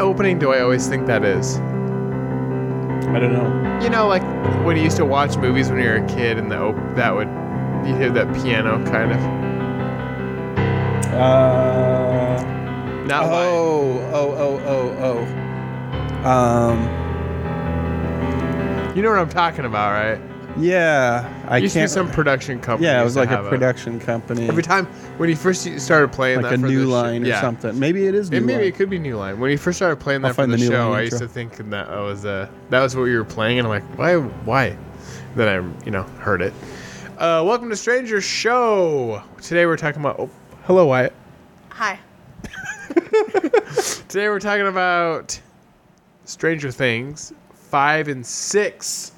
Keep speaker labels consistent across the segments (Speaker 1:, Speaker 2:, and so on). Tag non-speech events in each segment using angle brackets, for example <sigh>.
Speaker 1: opening do I always think that is?
Speaker 2: I don't know.
Speaker 1: You know, like when you used to watch movies when you were a kid, and the op- that would you hear that piano kind of
Speaker 2: Uh,
Speaker 1: not mine.
Speaker 2: oh, oh, oh, oh, oh. Um,
Speaker 1: You know what I'm talking about, right?
Speaker 2: yeah, I
Speaker 1: used to be
Speaker 2: can't.
Speaker 1: some production company.
Speaker 2: yeah, it
Speaker 1: used
Speaker 2: was
Speaker 1: to
Speaker 2: like a
Speaker 1: have
Speaker 2: production company.
Speaker 1: Every time when you first started playing
Speaker 2: like
Speaker 1: that
Speaker 2: a
Speaker 1: for
Speaker 2: new
Speaker 1: the sh-
Speaker 2: line or
Speaker 1: yeah.
Speaker 2: something. Maybe it is new
Speaker 1: It, maybe
Speaker 2: line.
Speaker 1: it could be New Line. When you first started playing
Speaker 2: I'll
Speaker 1: that for
Speaker 2: find
Speaker 1: the,
Speaker 2: the New
Speaker 1: show,
Speaker 2: Line
Speaker 1: I used to
Speaker 2: intro.
Speaker 1: think that I was uh, that was what you were playing, and I'm like, why, why? Then I, you know, heard it. Uh, welcome to Stranger Show. Today we're talking about. Oh, hello, Wyatt.
Speaker 3: Hi.
Speaker 1: Today we're talking about Stranger Things five and six.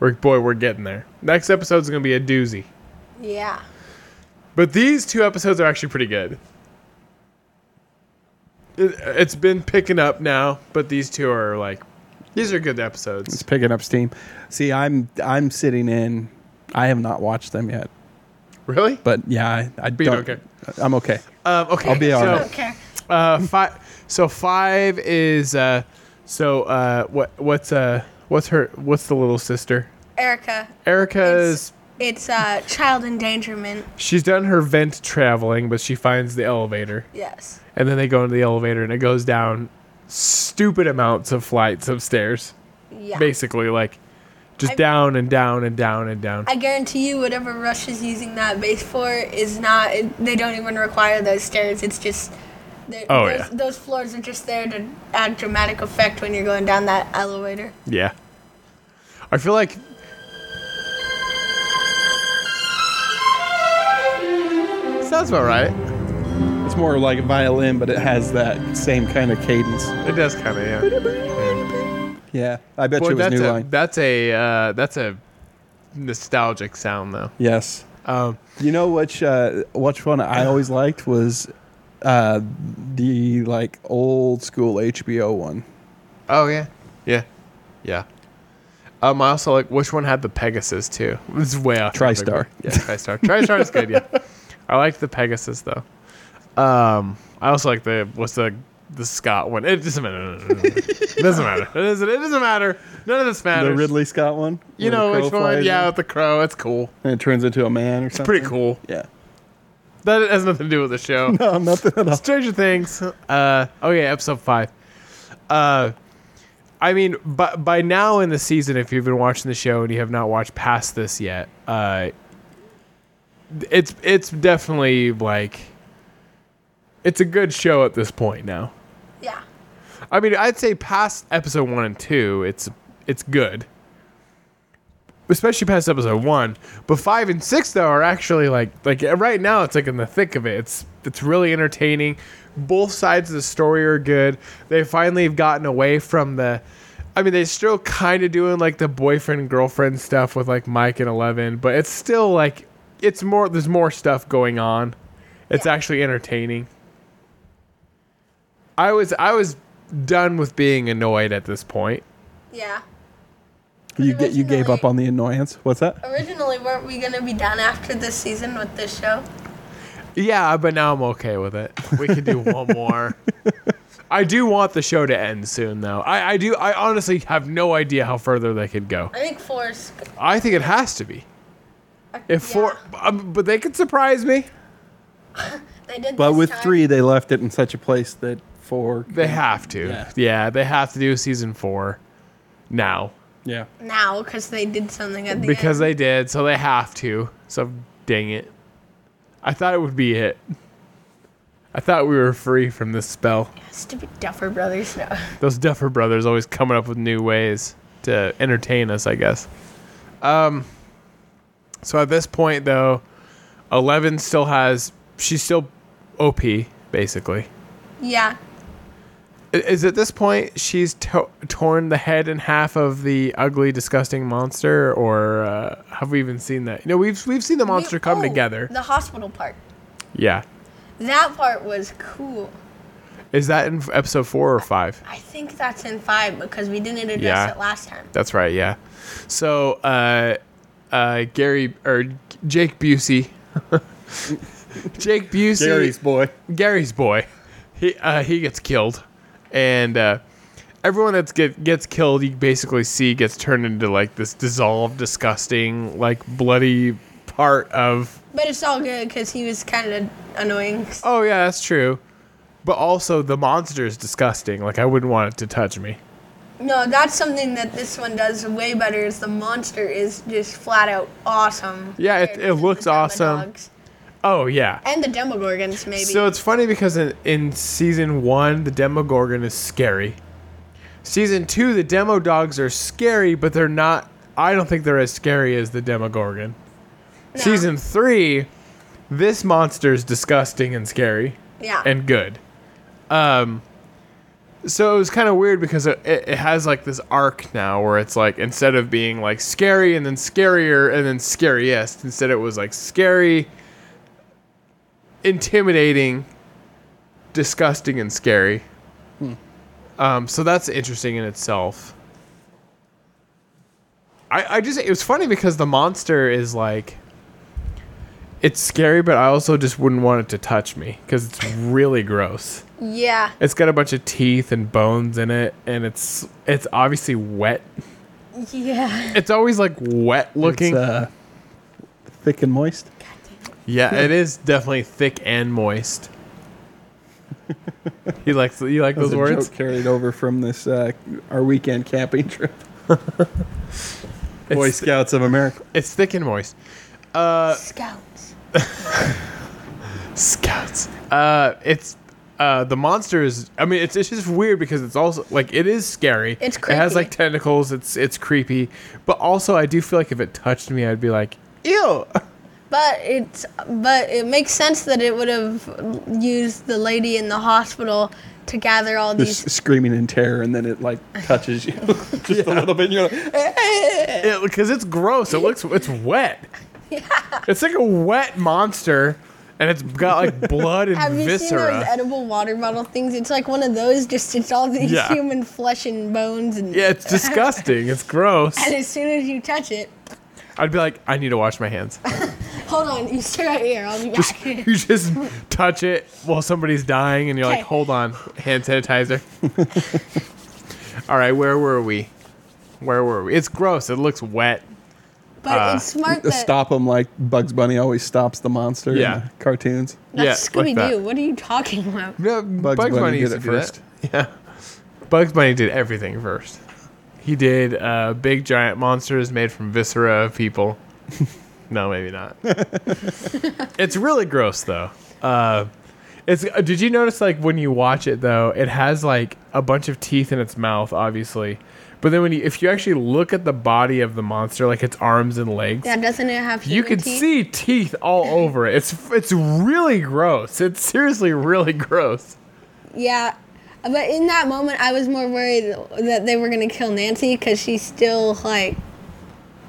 Speaker 1: We're, boy, we're getting there. Next episode's gonna be a doozy.
Speaker 3: Yeah.
Speaker 1: But these two episodes are actually pretty good. It, it's been picking up now, but these two are like, these are good
Speaker 2: It's
Speaker 1: episodes.
Speaker 2: picking up steam. See, I'm I'm sitting in. I have not watched them yet,
Speaker 1: Really?
Speaker 2: but yeah, I, I
Speaker 1: you
Speaker 2: don't.
Speaker 1: don't care.
Speaker 2: I'm okay.
Speaker 1: Um, okay.
Speaker 2: I'll be all
Speaker 1: so,
Speaker 2: right.
Speaker 3: Don't care.
Speaker 1: Uh, five. So five is uh, so uh, what what's uh what's her what's the little sister?
Speaker 3: Erica.
Speaker 1: Erica's
Speaker 3: It's, it's uh, child endangerment.
Speaker 1: she's done her vent traveling, but she finds the elevator,
Speaker 3: Yes.
Speaker 1: and then they go into the elevator, and it goes down stupid amounts of flights of stairs.
Speaker 3: Yeah.
Speaker 1: basically like just
Speaker 3: I-
Speaker 1: down and down and down and down
Speaker 3: I guarantee you, whatever Rush is using that base for is not. It, they don't even require those stairs. It's just. they're-
Speaker 1: Oh,
Speaker 3: those,
Speaker 1: yeah.
Speaker 3: those floors are just there to add dramatic effect when you're going down that elevator.
Speaker 1: yeah i feel like sounds about right
Speaker 2: It's more like a violin, but it has that same kind of cadence.
Speaker 1: it does kind of yeah Mm.
Speaker 2: Yeah, I bet
Speaker 1: Boy,
Speaker 2: you it was
Speaker 1: that's
Speaker 2: new
Speaker 1: a
Speaker 2: line.
Speaker 1: that's a uh, that's a nostalgic sound though
Speaker 2: Yes.
Speaker 1: um
Speaker 2: You know which uh, which one I always liked was uh, the like old school HBO one.
Speaker 1: oh yeah yeah yeah um, I also like which one had the Pegasus too. This is way off. topic,
Speaker 2: TriStar.
Speaker 1: but- Yeah, TriStar. TriStar is good.
Speaker 2: <laughs>
Speaker 1: Yeah, I like the Pegasus though. Um, I also like the what's the the Scott one. It doesn't matter. It doesn't matter. It doesn't. It doesn't matter. None of this matters.
Speaker 2: The Ridley Scott one.
Speaker 1: You
Speaker 2: where the
Speaker 1: know
Speaker 2: crow
Speaker 1: which one?
Speaker 2: flies
Speaker 1: Yeah,
Speaker 2: in
Speaker 1: with the crow. It's cool.
Speaker 2: And it turns into a man or something.
Speaker 1: Pretty cool.
Speaker 2: Yeah.
Speaker 1: That has nothing to do with the show.
Speaker 2: <laughs> No, nothing at all.
Speaker 1: Stranger Things. Uh, oh yeah, episode five. Uh, I mean, by by now in the season, if you've been watching the show and you have not watched past this yet, uh, it's it's definitely like it's a good show at this point now.
Speaker 3: Yeah.
Speaker 1: I mean, I'd say past episode one and two, it's it's good. Especially past episode one, but five and six though are actually like like right now it's like in the thick of it. It's it's really entertaining. Both sides of the story are good. They finally have gotten away from the. I mean, they're still kind of doing like the boyfriend girlfriend stuff with like Mike and Eleven, but it's still like it's more. There's more stuff going on. It's actually entertaining. I was I was done with being annoyed at this point.
Speaker 3: Yeah.
Speaker 2: You get you gave up
Speaker 3: Originally-
Speaker 2: on the annoyance. What's
Speaker 3: Oh,
Speaker 2: that?
Speaker 3: Originally, weren't we gonna be done after this season with this show?
Speaker 1: Yeah, but now I'm okay with it. <laughs> We could do one more. I do want the show to end soon, though. I, I do. I honestly have no idea how further they could go.
Speaker 3: I think four's.
Speaker 1: I think it has to be. If four, um, but they could surprise me.
Speaker 3: They did.
Speaker 2: But
Speaker 3: this
Speaker 2: with
Speaker 3: time.
Speaker 2: three, they left it in such a place that four.
Speaker 1: They have to.
Speaker 2: Yeah.
Speaker 1: yeah they have to do season four now.
Speaker 2: Yeah.
Speaker 3: now because they did something at the
Speaker 1: Because
Speaker 3: end.
Speaker 1: they did, so they have to. So dang it. I thought it would be it. I thought we were free from this spell.
Speaker 3: stupid Duffer Brothers. No.
Speaker 1: Those Duffer brothers always coming up with new ways to entertain us, I guess. Um so at this point though, Eleven still has she's still OP basically.
Speaker 3: Yeah,
Speaker 1: I- Is at this point she's to- torn the head in half of the ugly, disgusting monster, or uh, have we even seen that? No, we've we've seen the monster
Speaker 3: We-
Speaker 1: come
Speaker 3: oh,
Speaker 1: together.
Speaker 3: The hospital part.
Speaker 1: Yeah.
Speaker 3: That part was cool.
Speaker 1: Is that in episode four or five?
Speaker 3: I think that's in five because we didn't address
Speaker 1: Yeah.
Speaker 3: it last time.
Speaker 1: That's right. Yeah. So uh, uh, Gary or Jake Busey, <laughs> Jake Busey,
Speaker 2: boy.
Speaker 1: Gary's boy, he uh, he gets killed, and uh, everyone that's get gets killed, you basically see gets turned into like this dissolved, disgusting, like bloody part of.
Speaker 3: But it's all good because he was kind of annoying.
Speaker 1: Oh yeah, that's true. But also the monster is disgusting. Like I wouldn't want it to touch me.
Speaker 3: No, that's something that this one does way better. Is the monster is just flat out awesome.
Speaker 1: Yeah, it-
Speaker 3: compared
Speaker 1: it
Speaker 3: to
Speaker 1: looks
Speaker 3: the
Speaker 1: awesome.
Speaker 3: Demodogs.
Speaker 1: Oh yeah.
Speaker 3: And the Demogorgons, maybe.
Speaker 1: So it's funny because in, in season one, the Demogorgon is scary. Season two, the Demo Dogs are scary, but they're not. I don't think they're as scary as the Demogorgon.
Speaker 3: No.
Speaker 1: Season three, this monster is disgusting and scary
Speaker 3: yeah.
Speaker 1: and good. Um, so it was kind of weird because it, it, it has like this arc now where it's like instead of being like scary and then scarier and then scariest, instead it was like scary, intimidating, disgusting, and scary. Um, so that's interesting in itself. I, I just it was funny because the monster is like it's scary, but I also just wouldn't want it to touch me because it's really gross.
Speaker 3: yeah. <laughs>
Speaker 1: It's got a bunch of teeth and bones in it, and it's it's obviously wet.
Speaker 3: Yeah.
Speaker 1: It's always like wet looking.
Speaker 2: It's uh, thick and moist.
Speaker 1: yeah, it is definitely thick and
Speaker 2: <laughs>
Speaker 1: moist. you like you like
Speaker 2: That was
Speaker 1: those
Speaker 2: a
Speaker 1: words?
Speaker 2: joke carried over from this uh, our weekend camping <laughs> trip. Boy
Speaker 1: It's,
Speaker 2: Scouts of America.
Speaker 1: it's thick and moist. Uh,
Speaker 3: Scouts.
Speaker 1: Scouts. Uh, it's uh the monster is. I mean, it's it's just weird because it's also like it is scary.
Speaker 3: It's
Speaker 1: It has
Speaker 3: creepy.
Speaker 1: like tentacles. It's it's creepy, but also I do feel like if it touched me, I'd be like, ew. <laughs>
Speaker 3: But it's but it makes sense that it would have used the lady in the hospital to gather all these.
Speaker 2: Just screaming in terror, and then it like touches you <laughs> just a little bit. And you're like, "Eh."
Speaker 1: because it's gross. It looks it's wet. It's like a wet monster, and it's got like blood and
Speaker 3: Have you seen
Speaker 1: viscera.
Speaker 3: those edible water bottle things? It's like one of those. Just it's all these
Speaker 1: Yeah.
Speaker 3: human flesh and bones and.
Speaker 1: yeah, it's disgusting. It's gross.
Speaker 3: <laughs> And as soon as you touch it,
Speaker 1: I'd be like, I need to wash my
Speaker 3: <laughs>
Speaker 1: hands.
Speaker 3: hold on, you stay right here. I'll be
Speaker 1: Just- <laughs>
Speaker 3: back.
Speaker 1: you just touch it while somebody's dying, and you're like,
Speaker 3: Okay.
Speaker 1: hold on, hand
Speaker 3: <laughs>
Speaker 1: sanitizer. All right, where were we? Where were we? It's gross. It looks wet.
Speaker 3: But
Speaker 1: Uh,
Speaker 3: it's smart that
Speaker 2: stop them like Bugs Bunny always stops the monster. in
Speaker 1: Yeah.
Speaker 2: the cartoons.
Speaker 3: that's
Speaker 1: Yeah, like
Speaker 3: Scooby
Speaker 1: that.
Speaker 3: Doo. What are you talking
Speaker 1: <laughs>
Speaker 3: about?
Speaker 1: Yeah, Bugs,
Speaker 2: Bunny
Speaker 1: Bunny,
Speaker 2: did
Speaker 1: used
Speaker 2: it
Speaker 1: to do that.
Speaker 2: first.
Speaker 1: Yeah, <laughs> Bugs Bunny did everything first. He did uh, big giant monsters made from viscera of people. no, maybe not. it's really gross though. Uh, it's. uh, Did you notice like when you watch it though, it has like a bunch of teeth in its mouth, obviously. But then when you, if you actually look at the body of the monster, like its arms and legs,
Speaker 3: Yeah, doesn't it have
Speaker 1: you
Speaker 3: human
Speaker 1: can
Speaker 3: teeth?
Speaker 1: see teeth all over it. It's it's really gross. It's seriously really <laughs> gross.
Speaker 3: Yeah, but in that moment, I was more worried that they were gonna kill Nancy because she's still like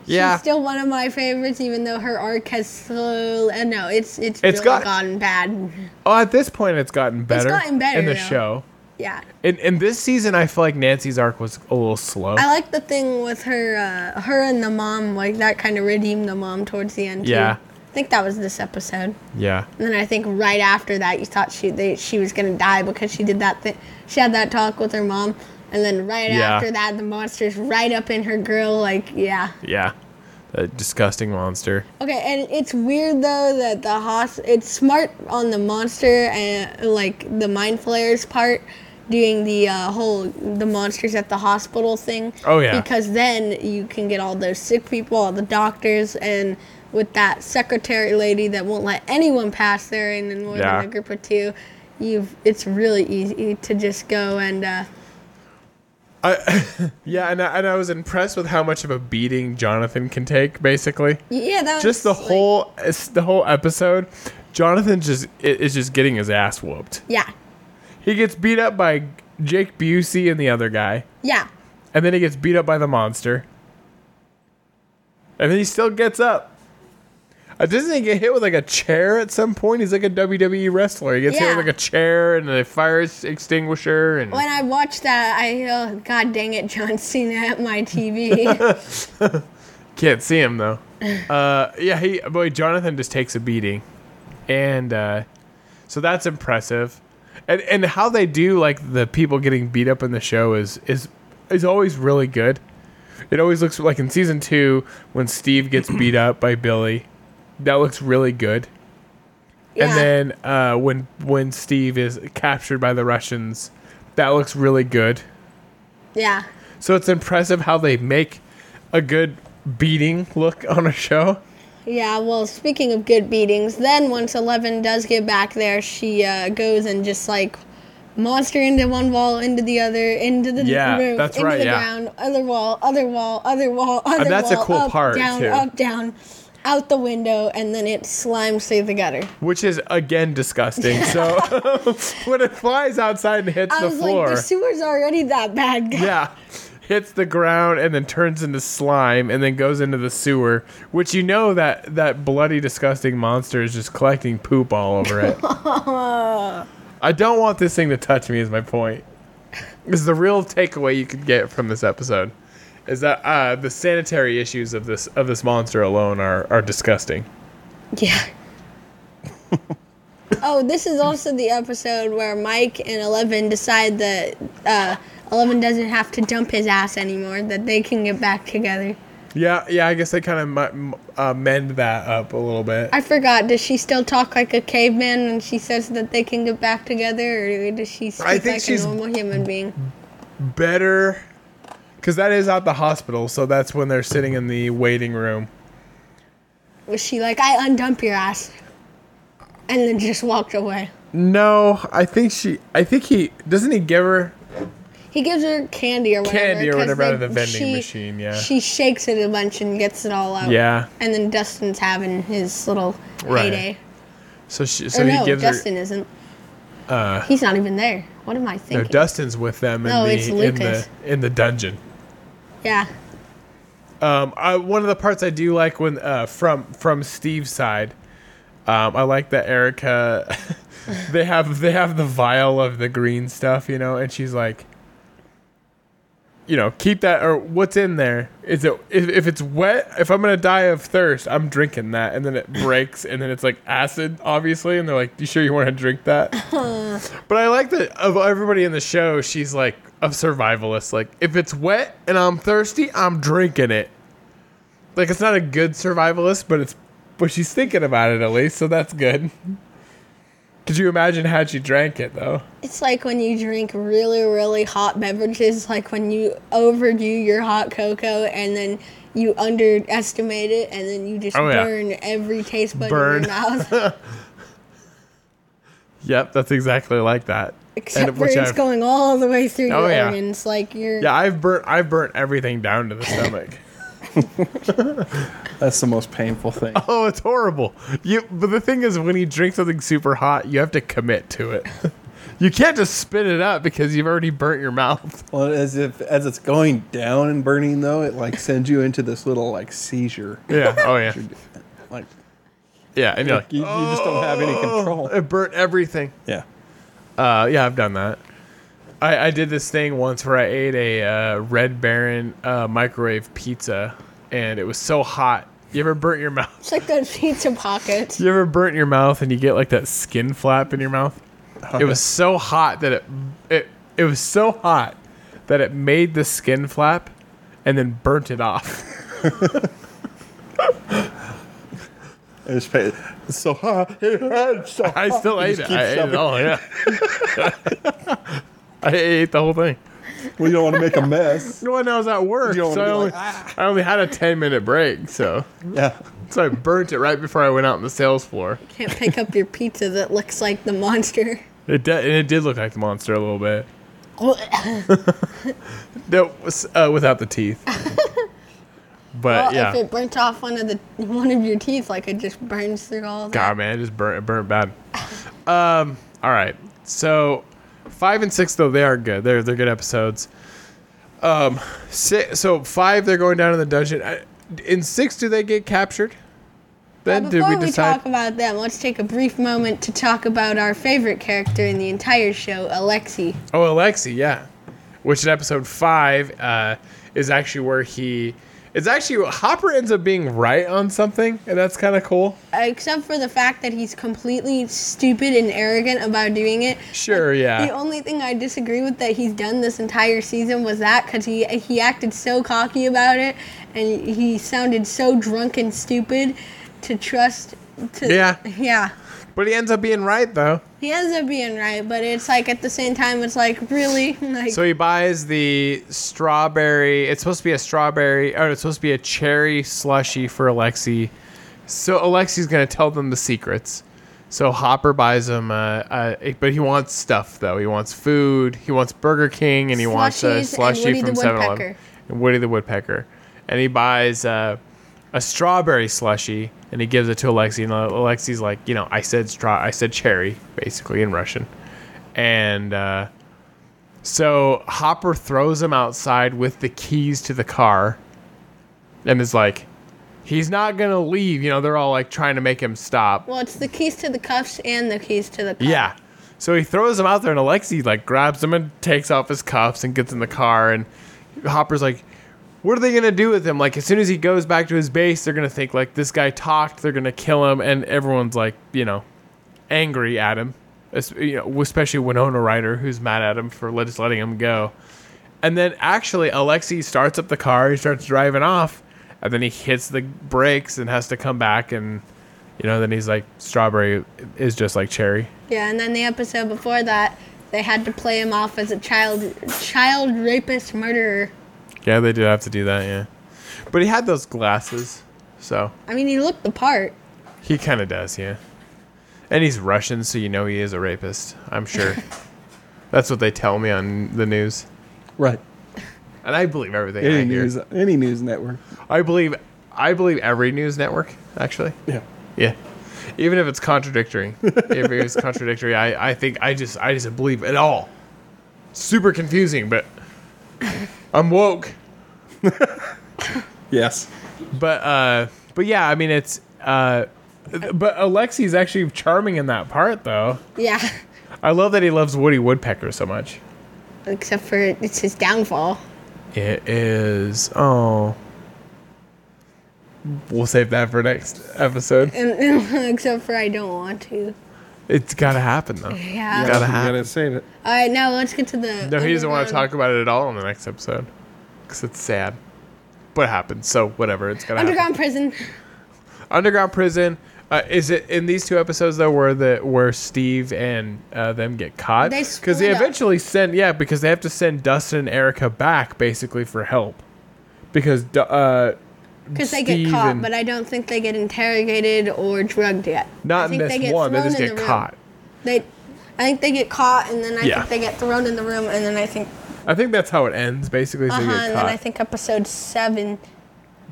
Speaker 1: Yeah.
Speaker 3: she's still one of my favorites, even though her arc has slowly. Uh, no, it's it's, really
Speaker 1: got-
Speaker 3: gotten bad.
Speaker 1: Oh, at this point, it's gotten better.
Speaker 3: gotten better,
Speaker 1: in the
Speaker 3: though.
Speaker 1: show.
Speaker 3: Yeah,
Speaker 1: In in this season, I feel like Nancy's arc was a little slow.
Speaker 3: I like the thing with her, uh, her and the mom. Like that kind of redeemed the mom towards the end. too.
Speaker 1: Yeah.
Speaker 3: I think that was this episode.
Speaker 1: yeah,
Speaker 3: And then I think right after that, you thought she they, she was gonna die because she did that thing. She had that talk with her mom, and then right
Speaker 1: Yeah.
Speaker 3: after that, the monster's right up in her grill. Like, yeah.
Speaker 1: yeah, that disgusting monster.
Speaker 3: Okay, and it's weird though that the hos. It's smart on the monster and like the mind flayers part, doing the uh, whole the monsters at the hospital thing.
Speaker 1: Oh, yeah.
Speaker 3: Because then you can get all those sick people, all the doctors, and with that secretary lady that won't let anyone pass there, and in more
Speaker 1: Yeah.
Speaker 3: than a group of two, you've it's really easy to just go and. Uh,
Speaker 1: Yeah, and I, and I was impressed with how much of a beating Jonathan can take. Basically,
Speaker 3: yeah, that
Speaker 1: just the
Speaker 3: was, like-
Speaker 1: whole it's the whole episode, Jonathan just i- is just getting his ass whooped.
Speaker 3: Yeah,
Speaker 1: He gets beat up by Jake Busey and the other guy,
Speaker 3: yeah,
Speaker 1: and then he gets beat up by the monster, and then he still gets up. Uh, doesn't he get hit with like a chair at some point? He's like a WWE wrestler. He gets hit
Speaker 3: Yeah.
Speaker 1: with like a chair and a fire s- extinguisher, and
Speaker 3: When I watched that, I oh, God dang it, John Cena at my
Speaker 1: <laughs>
Speaker 3: TV.
Speaker 1: can't see him though. uh, yeah, he boy Jonathan just takes a beating, and uh, so that's impressive. and and how they do like the people getting beat up in the show is is is always really good. It always looks like in season two when Steve gets beat up by Billy, that looks really good.
Speaker 3: Yeah.
Speaker 1: And then uh, when when Steve is captured by the Russians, that looks really good.
Speaker 3: yeah.
Speaker 1: So it's impressive how they make a good beating look on a show.
Speaker 3: Yeah, well, speaking of good beatings, then once Eleven does get back there, she uh, goes and just like monster into one wall, into the other, into the
Speaker 1: Yeah,
Speaker 3: roof,
Speaker 1: that's
Speaker 3: into
Speaker 1: right,
Speaker 3: the
Speaker 1: yeah.
Speaker 3: ground, other wall, other wall, other wall, other wall.
Speaker 1: that's a cool
Speaker 3: up,
Speaker 1: part,
Speaker 3: Down,
Speaker 1: too.
Speaker 3: up, down, out the window, and then it slimes through the gutter.
Speaker 1: which is again
Speaker 3: <laughs>
Speaker 1: disgusting. So <laughs> when it flies outside and hits
Speaker 3: I
Speaker 1: the
Speaker 3: was
Speaker 1: floor,
Speaker 3: like, the sewer's already that bad,
Speaker 1: <laughs>
Speaker 3: guys.
Speaker 1: yeah, hits the ground and then turns into slime and then goes into the sewer, which you know that that bloody disgusting monster is just collecting poop all over
Speaker 3: <laughs>
Speaker 1: it. I don't want this thing to touch me. Is my point. This is the real takeaway you could get from this episode. Is that uh, the sanitary issues of this of this monster alone are, are disgusting?
Speaker 3: Yeah. <laughs> oh, this is also the episode where Mike and Eleven decide that uh, Eleven doesn't have to dump his ass anymore; that they can get back together.
Speaker 1: Yeah, yeah. I guess they kind of uh, mend that up a little bit.
Speaker 3: I forgot. Does she still talk like a caveman when she says that they can get back together, or does she speak
Speaker 1: I think
Speaker 3: like
Speaker 1: she's-
Speaker 3: a normal human being?
Speaker 1: better because that is at the hospital so that's when they're sitting in the waiting room
Speaker 3: Was she like, "I undump your ass," and then just walked away?
Speaker 1: no i think she i think he doesn't he give her
Speaker 3: He gives her candy or whatever.
Speaker 1: Candy or
Speaker 3: 'cause
Speaker 1: whatever out of
Speaker 3: they-
Speaker 1: the vending
Speaker 3: she-
Speaker 1: machine, yeah.
Speaker 3: She shakes it a bunch and gets it all out.
Speaker 1: yeah
Speaker 3: And then Dustin's having his little
Speaker 1: Right.
Speaker 3: heyday.
Speaker 1: so she so
Speaker 3: or
Speaker 1: he
Speaker 3: no,
Speaker 1: gives
Speaker 3: Dustin
Speaker 1: her Uh,
Speaker 3: isn't. He's not even there. What am I
Speaker 1: no
Speaker 3: thinking?
Speaker 1: dustin's with them in
Speaker 3: No, it's
Speaker 1: the in the
Speaker 3: Lucas.
Speaker 1: in the dungeon
Speaker 3: yeah.
Speaker 1: um I, one of the parts i do like when uh from from steve's side um i like that erica <laughs> they have they have the vial of the green stuff you know and she's like you know, keep that or what's in there. Is it if, if it's wet? If I'm gonna die of thirst, I'm drinking that, and then it breaks, and then it's like acid, obviously. And they're like, "You sure you want to drink that?" but I like that of everybody in the show, she's like a survivalist. Like, if it's wet and I'm thirsty, I'm drinking it. Like, it's not a good survivalist, but it's but she's thinking about it at least, so that's good. Could you imagine had she drank it though?
Speaker 3: It's like when you drink really, really hot beverages, like when you overdo your hot cocoa and then you underestimate it and then you just
Speaker 1: Oh, yeah.
Speaker 3: burn every taste bud
Speaker 1: Burn. <laughs>
Speaker 3: in your mouth. <laughs>
Speaker 1: Yep, that's exactly like that.
Speaker 3: Except
Speaker 1: And
Speaker 3: for
Speaker 1: which
Speaker 3: it's
Speaker 1: I've-
Speaker 3: going all the way through
Speaker 1: Oh,
Speaker 3: your
Speaker 1: yeah.
Speaker 3: organs. Like you're
Speaker 1: Yeah, I've burnt I've burnt everything down to the <laughs> stomach.
Speaker 2: That's the most painful thing. <laughs>
Speaker 1: oh, it's horrible. You but the thing is when you drink something super hot, you have to commit to it. <laughs> you can't just spit it up because you've already burnt your mouth.
Speaker 2: Well, as if as it's going down and burning though, it like sends you into this little like seizure.
Speaker 1: Yeah. Oh yeah.
Speaker 2: Like
Speaker 1: <laughs> Yeah. And you're like,
Speaker 2: you, you just don't have any control.
Speaker 1: it burnt everything.
Speaker 2: Yeah.
Speaker 1: Uh, yeah, I've done that. I, I did this thing once where I ate a uh, Red Baron uh, microwave pizza, and it was so hot. You ever burnt your <laughs> mouth?
Speaker 3: it's like those pizza
Speaker 1: <laughs>
Speaker 3: pockets.
Speaker 1: You ever burnt your mouth and you get like that skin flap in your mouth? It was so hot that it it it was so hot that it made the skin flap and then burnt it off. <laughs>
Speaker 2: It was pa- it's so hot. <laughs> It hurts so
Speaker 1: I still ate it.
Speaker 2: just
Speaker 1: I
Speaker 2: keep
Speaker 1: ate it all, yeah. <laughs> I ate the whole thing.
Speaker 2: Well, you don't want to make a mess. <laughs>
Speaker 1: No one knows at work.
Speaker 2: You don't
Speaker 1: So I,
Speaker 2: wanna be
Speaker 1: only,
Speaker 2: like, "Ah."
Speaker 1: I only had a 10 minute break. So,
Speaker 2: Yeah.
Speaker 1: <laughs> so I burnt it right before I went out on the sales floor.
Speaker 3: Can't pick up your pizza that looks like
Speaker 1: <laughs>
Speaker 3: the monster.
Speaker 1: It, de- and it did look like the monster a little bit.
Speaker 3: <laughs>
Speaker 1: That was, uh, without the
Speaker 3: <laughs>
Speaker 1: teeth. But
Speaker 3: Well,
Speaker 1: yeah.
Speaker 3: if it burnt off one of the one of your teeth, like it just burns through all that.
Speaker 1: God, man, it just burnt, it burnt bad. Um, all right. So five and six though they are good. They're they're good episodes. Um, six, so five they're going down in the dungeon. I, in six, do they get captured?
Speaker 3: But
Speaker 1: Then did
Speaker 3: before
Speaker 1: we
Speaker 3: we,
Speaker 1: decide?
Speaker 3: talk about them, let's take a brief moment to talk about our favorite character in the entire show, Alexi.
Speaker 1: oh, Alexi, yeah. Which in episode five uh, is actually where he It's actually Hopper ends up being right on something, and that's kind of cool.
Speaker 3: Except for the fact that he's completely stupid and arrogant about doing it.
Speaker 1: Sure, yeah.
Speaker 3: The only thing I disagree with that he's done this entire season was that because he he acted so cocky about it and he sounded so drunk and stupid to trust. To,
Speaker 1: Yeah.
Speaker 3: Yeah.
Speaker 1: but he ends up being right though.
Speaker 3: He ends up being right, but it's like at the same time, it's like really <laughs> like
Speaker 1: So he buys the strawberry. It's supposed to be a strawberry, or it's supposed to be a cherry slushy for Alexi. So Alexi's gonna tell them the secrets. So Hopper buys him, uh, uh, but he wants stuff though. He wants food. He wants Burger King, and he wants
Speaker 3: Slushies
Speaker 1: a
Speaker 3: and
Speaker 1: slushie
Speaker 3: Woody
Speaker 1: from
Speaker 3: the
Speaker 1: 7-Eleven
Speaker 3: Woodpecker.
Speaker 1: and Woody the Woodpecker. And he buys uh, a strawberry slushie, and he gives it to Alexi. And Alexi's like, you know, I said straw, I said cherry, basically in Russian, and. Uh, so Hopper throws him outside with the keys to the car and is like, he's not going to leave. You know, they're all like trying to make him stop.
Speaker 3: well, it's the keys to the cuffs and the keys to the
Speaker 1: <laughs>
Speaker 3: cuffs.
Speaker 1: Yeah. So he throws him out there and Alexi like grabs him and takes off his cuffs and gets in the car. And Hopper's like, what are they going to do with him? Like, as soon as he goes back to his base, they're going to think like this guy talked, they're going to kill him. And everyone's like, you know, angry at him, es- you know, especially Winona Ryder, who's mad at him for let- just letting him go. And then actually, Alexei starts up the car, he starts driving off, and then he hits the brakes and has to come back. And, you know, then he's like, strawberry is just like cherry.
Speaker 3: Yeah, and then the episode before that, they had to play him off as a child child rapist murderer.
Speaker 1: Yeah, they did have to do that, yeah. But he had those glasses, so
Speaker 3: I mean, he looked the part.
Speaker 1: he kind of does, yeah. And he's Russian, so you know he is a rapist, I'm
Speaker 2: <laughs>
Speaker 1: sure. That's what they tell me on the news.
Speaker 2: Right.
Speaker 1: And I believe everything I
Speaker 2: Any
Speaker 1: hear.
Speaker 2: news, any news network.
Speaker 1: I believe I believe every news network actually.
Speaker 2: Yeah.
Speaker 1: Yeah. Even if it's
Speaker 2: <laughs>
Speaker 1: contradictory. if it was contradictory, I, I think I just I just believe it all. Super confusing, but I'm woke.
Speaker 2: Yes.
Speaker 1: But uh but yeah, I mean it's uh but Alexi's actually charming in that part though.
Speaker 3: Yeah, <laughs>
Speaker 1: I love that he loves Woody Woodpecker so much.
Speaker 3: except for it's his downfall.
Speaker 1: It is oh We'll save that for next episode.
Speaker 3: And <laughs> except for I don't want to.
Speaker 1: It's gotta happen though.
Speaker 3: Yeah.
Speaker 1: Gotta
Speaker 2: You
Speaker 1: have-
Speaker 2: gotta save it.
Speaker 3: All right, now let's get to the.
Speaker 1: No, he doesn't want to
Speaker 3: underground-
Speaker 1: talk about it at all in the next episode because it's sad. But it happens, so whatever. It's gonna happen.
Speaker 3: Underground prison.
Speaker 1: Underground prison. Uh, is it in these two episodes though where the where Steve and uh, them get caught?
Speaker 3: They
Speaker 1: Because they
Speaker 3: split up.
Speaker 1: eventually send yeah because they have to send Dustin and Erica back basically for help because Du- uh,
Speaker 3: Because they get
Speaker 1: Steve
Speaker 3: caught,
Speaker 1: and-
Speaker 3: but I don't think they get interrogated or drugged yet. I
Speaker 1: not in
Speaker 3: think
Speaker 1: this one they
Speaker 3: thrown
Speaker 1: just
Speaker 3: in
Speaker 1: get
Speaker 3: the room.
Speaker 1: caught.
Speaker 3: They, I think they get caught, and then I
Speaker 1: Yeah.
Speaker 3: think they get thrown in the room, and then I think,
Speaker 1: I think that's how it ends basically. is
Speaker 3: uh huh,
Speaker 1: they get
Speaker 3: and then
Speaker 1: caught.
Speaker 3: I think episode seven.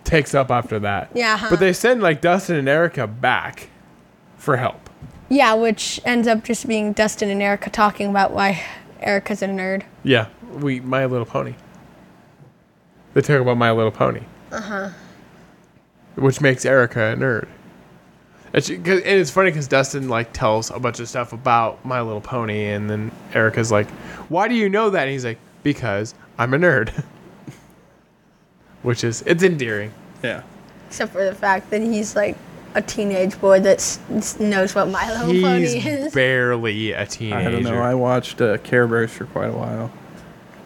Speaker 1: takes up after that.
Speaker 3: Yeah, uh-huh. huh.
Speaker 1: But they send like Dustin and Erica back for help.
Speaker 3: Yeah, which ends up just being Dustin and Erica talking about why Erica's a nerd.
Speaker 1: Yeah, we My Little Pony. They talk about My Little Pony. Uh
Speaker 2: Uh-huh.
Speaker 1: huh. Which makes Erica a nerd. And, she, 'cause- and it's funny because Dustin like tells a bunch of stuff about My Little Pony, and then Erica's like, "Why do you know that?" And he's like, "Because I'm a nerd." <laughs> Which is it's endearing.
Speaker 2: Yeah.
Speaker 3: Except for the fact that he's like a teenage boy that s- s- knows what My Little Pony
Speaker 1: He's
Speaker 3: is.
Speaker 1: barely a teenager.
Speaker 2: I don't know. I watched uh, Care Bears for quite a while.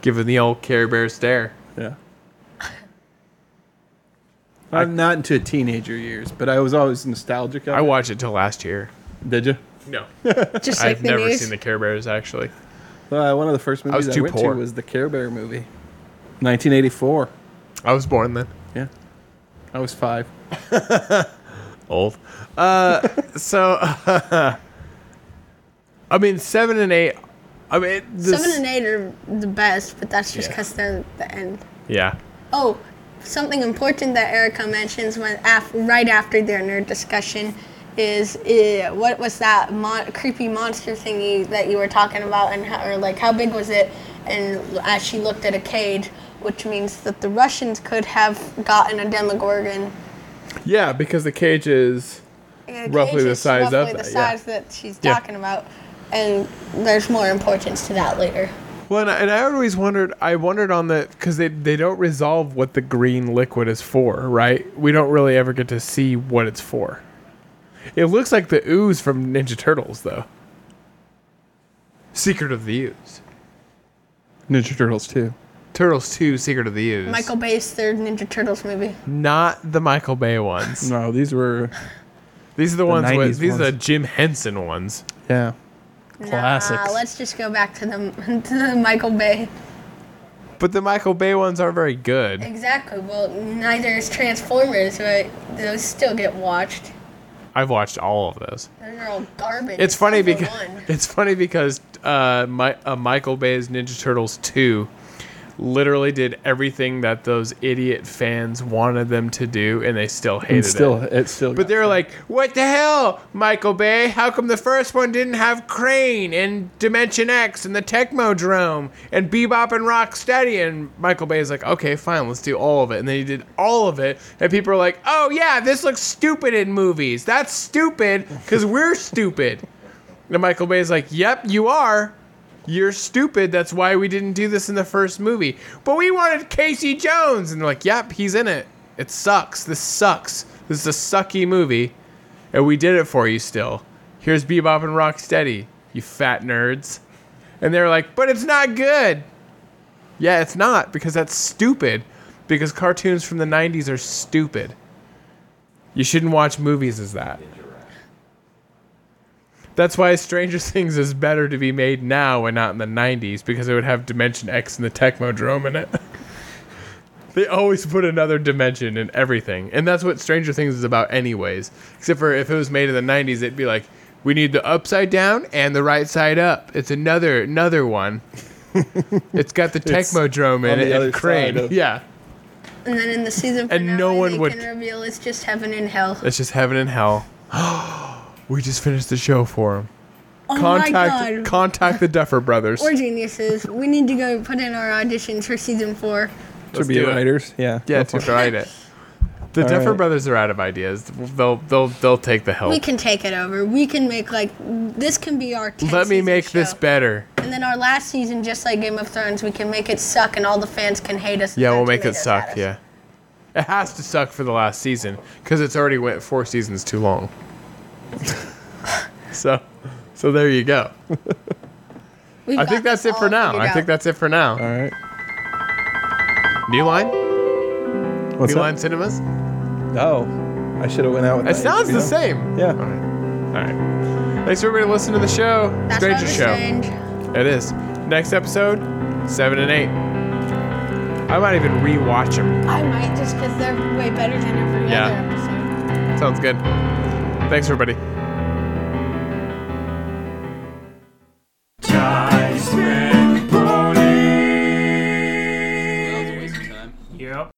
Speaker 1: Give him the old Care Bear stare.
Speaker 2: Yeah. I'm not into teenager years, but I was always nostalgic. Of
Speaker 1: I
Speaker 2: it.
Speaker 1: watched it till last year.
Speaker 2: Did you?
Speaker 1: No,
Speaker 3: <laughs> just like
Speaker 1: I've
Speaker 3: the
Speaker 1: never
Speaker 3: news.
Speaker 1: seen the Care Bears actually.
Speaker 2: Uh, one of the first
Speaker 1: was
Speaker 2: movies I,
Speaker 1: too
Speaker 2: went
Speaker 1: poor.
Speaker 2: to was the Care Bear movie, 1984.
Speaker 1: I was born then.
Speaker 2: Yeah, I was five.
Speaker 1: Old. Uh, so, <laughs> I mean, seven and eight. I mean, this,
Speaker 3: Seven and eight are the best, but that's just
Speaker 1: Yeah.
Speaker 3: because they're the end.
Speaker 1: Yeah.
Speaker 3: Oh, something important that Erica mentions when af- right after their nerd discussion is eh, what was that mon- creepy monster thingy that you were talking about, and how, or like how big was it? And as she looked at a cage, which means that the Russians could have gotten a Demogorgon.
Speaker 1: Yeah, because the cage is.
Speaker 3: A
Speaker 1: Roughly
Speaker 3: cage
Speaker 1: the
Speaker 3: is
Speaker 1: size of
Speaker 3: roughly
Speaker 1: that,
Speaker 3: the
Speaker 1: yeah.
Speaker 3: size that she's
Speaker 1: Yeah.
Speaker 3: talking about, and there's more importance to that later.
Speaker 1: Well, and I, and I always wondered. I wondered on the because they they don't resolve what the green liquid is for, right? We don't really ever get to see what it's for. It looks like the ooze from Ninja Turtles, though. Secret of the Ooze.
Speaker 2: Ninja Turtles too.
Speaker 1: Turtles Two: Secret of the Ooze.
Speaker 3: Michael Bay's third Ninja Turtles movie.
Speaker 1: not the Michael Bay ones.
Speaker 2: No, these were
Speaker 1: These are the, ones with
Speaker 2: 90s
Speaker 1: these are the
Speaker 2: ones.
Speaker 1: Jim Henson ones.
Speaker 2: yeah.
Speaker 3: Nah,
Speaker 2: Classics.
Speaker 3: let's just go back to the <laughs> to the Michael Bay.
Speaker 1: But the Michael Bay ones are very good.
Speaker 3: Exactly. Well, neither is Transformers, but those still get watched.
Speaker 1: I've watched all of those.
Speaker 3: Those are all garbage.
Speaker 1: It's funny
Speaker 3: except for
Speaker 1: because
Speaker 3: one.
Speaker 1: <laughs> it's funny because uh, my, uh, Michael Bay's Ninja Turtles two literally did everything that those idiot fans wanted them to do, and they still hated
Speaker 2: And still,
Speaker 1: it.
Speaker 2: it. still.
Speaker 1: But they're like, "What the hell, Michael Bay? How come the first one didn't have Crane and Dimension X and the Technodrome and Bebop and Rocksteady?" And Michael Bay is like, "Okay, fine, let's do all of it." And then he did all of it, and people are like, "Oh yeah, this looks stupid in movies. That's stupid because we're stupid." <laughs> And Michael Bay is like, "Yep, you are." You're stupid. That's why we didn't do this in the first movie. But we wanted Casey Jones, and they're like, "Yep, he's in it. It sucks. This sucks. This is a sucky movie, and we did it for you. Still, here's Bebop and Rocksteady, you fat nerds." And they're like, "But it's not good." Yeah, it's not because that's stupid. Because cartoons from the '90s are stupid. You shouldn't watch movies as that. That's why Stranger <laughs> Things is better to be made now and not in the 90s because it would have Dimension X and the Technodrome in it. <laughs> they always put another dimension in everything. And that's what Stranger Things is about, anyways. Except for if it was made in the 90s, it'd be like, we need the upside down and the right side up. It's another another
Speaker 2: <laughs>
Speaker 1: one. it's got the Technodrome in
Speaker 2: on the
Speaker 1: it
Speaker 2: other
Speaker 1: and
Speaker 2: side
Speaker 1: Crane. <laughs>
Speaker 2: of-
Speaker 1: yeah.
Speaker 3: and then in the season
Speaker 1: <laughs> And
Speaker 3: finale,
Speaker 1: no one
Speaker 3: they
Speaker 1: would- Uh,
Speaker 3: can reveal it's just heaven and hell.
Speaker 1: It's just heaven and hell. <gasps> we just finished the show for him.
Speaker 3: Oh my
Speaker 1: Contact
Speaker 3: god.
Speaker 1: contact the Duffer Brothers.
Speaker 3: We're geniuses. We need to go put in our auditions for season four.
Speaker 2: to
Speaker 1: Let's
Speaker 2: be
Speaker 1: do it.
Speaker 2: writers. Yeah.
Speaker 1: Yeah,
Speaker 2: Go
Speaker 1: to
Speaker 2: for it.
Speaker 1: write it. The
Speaker 2: All
Speaker 1: Duffer
Speaker 2: right.
Speaker 1: Brothers are out of ideas. They'll they'll they'll take the help.
Speaker 3: We can take it over. We can make like this can be our. 10
Speaker 1: Let me
Speaker 3: season
Speaker 1: make this
Speaker 3: show.
Speaker 1: better.
Speaker 3: And then our last season, just like Game of Thrones, we can make it suck, and all the fans can hate us. and
Speaker 1: Yeah,
Speaker 3: throw
Speaker 1: we'll make it
Speaker 3: tomatoes at
Speaker 1: suck.
Speaker 3: us.
Speaker 1: Yeah, it has to suck for the last season because it's already went four seasons too long. <laughs> so, so there you go.
Speaker 3: We've
Speaker 1: I
Speaker 3: got
Speaker 1: think that's
Speaker 3: this
Speaker 1: it for
Speaker 3: all
Speaker 1: now.
Speaker 3: figured
Speaker 1: I think
Speaker 3: out.
Speaker 1: that's it for now.
Speaker 2: All right.
Speaker 1: New line,
Speaker 2: What's
Speaker 1: New
Speaker 2: that?
Speaker 1: Line Cinemas.
Speaker 2: Oh, I should have went out with
Speaker 1: It
Speaker 2: that
Speaker 1: sounds the
Speaker 2: HBO.
Speaker 1: same.
Speaker 2: Yeah.
Speaker 1: All right. All right. Thanks for everybody listening to the show.
Speaker 3: That's
Speaker 1: Stranger
Speaker 3: rather
Speaker 1: show.
Speaker 3: strange.
Speaker 1: It is. Next episode, seven and eight. I might even rewatch them.
Speaker 3: I might just because they're way better than every
Speaker 1: Yeah.
Speaker 3: other episode.
Speaker 1: Sounds good. Thanks, everybody.
Speaker 4: Time spent pony.
Speaker 5: That was a waste of time.
Speaker 4: Yep.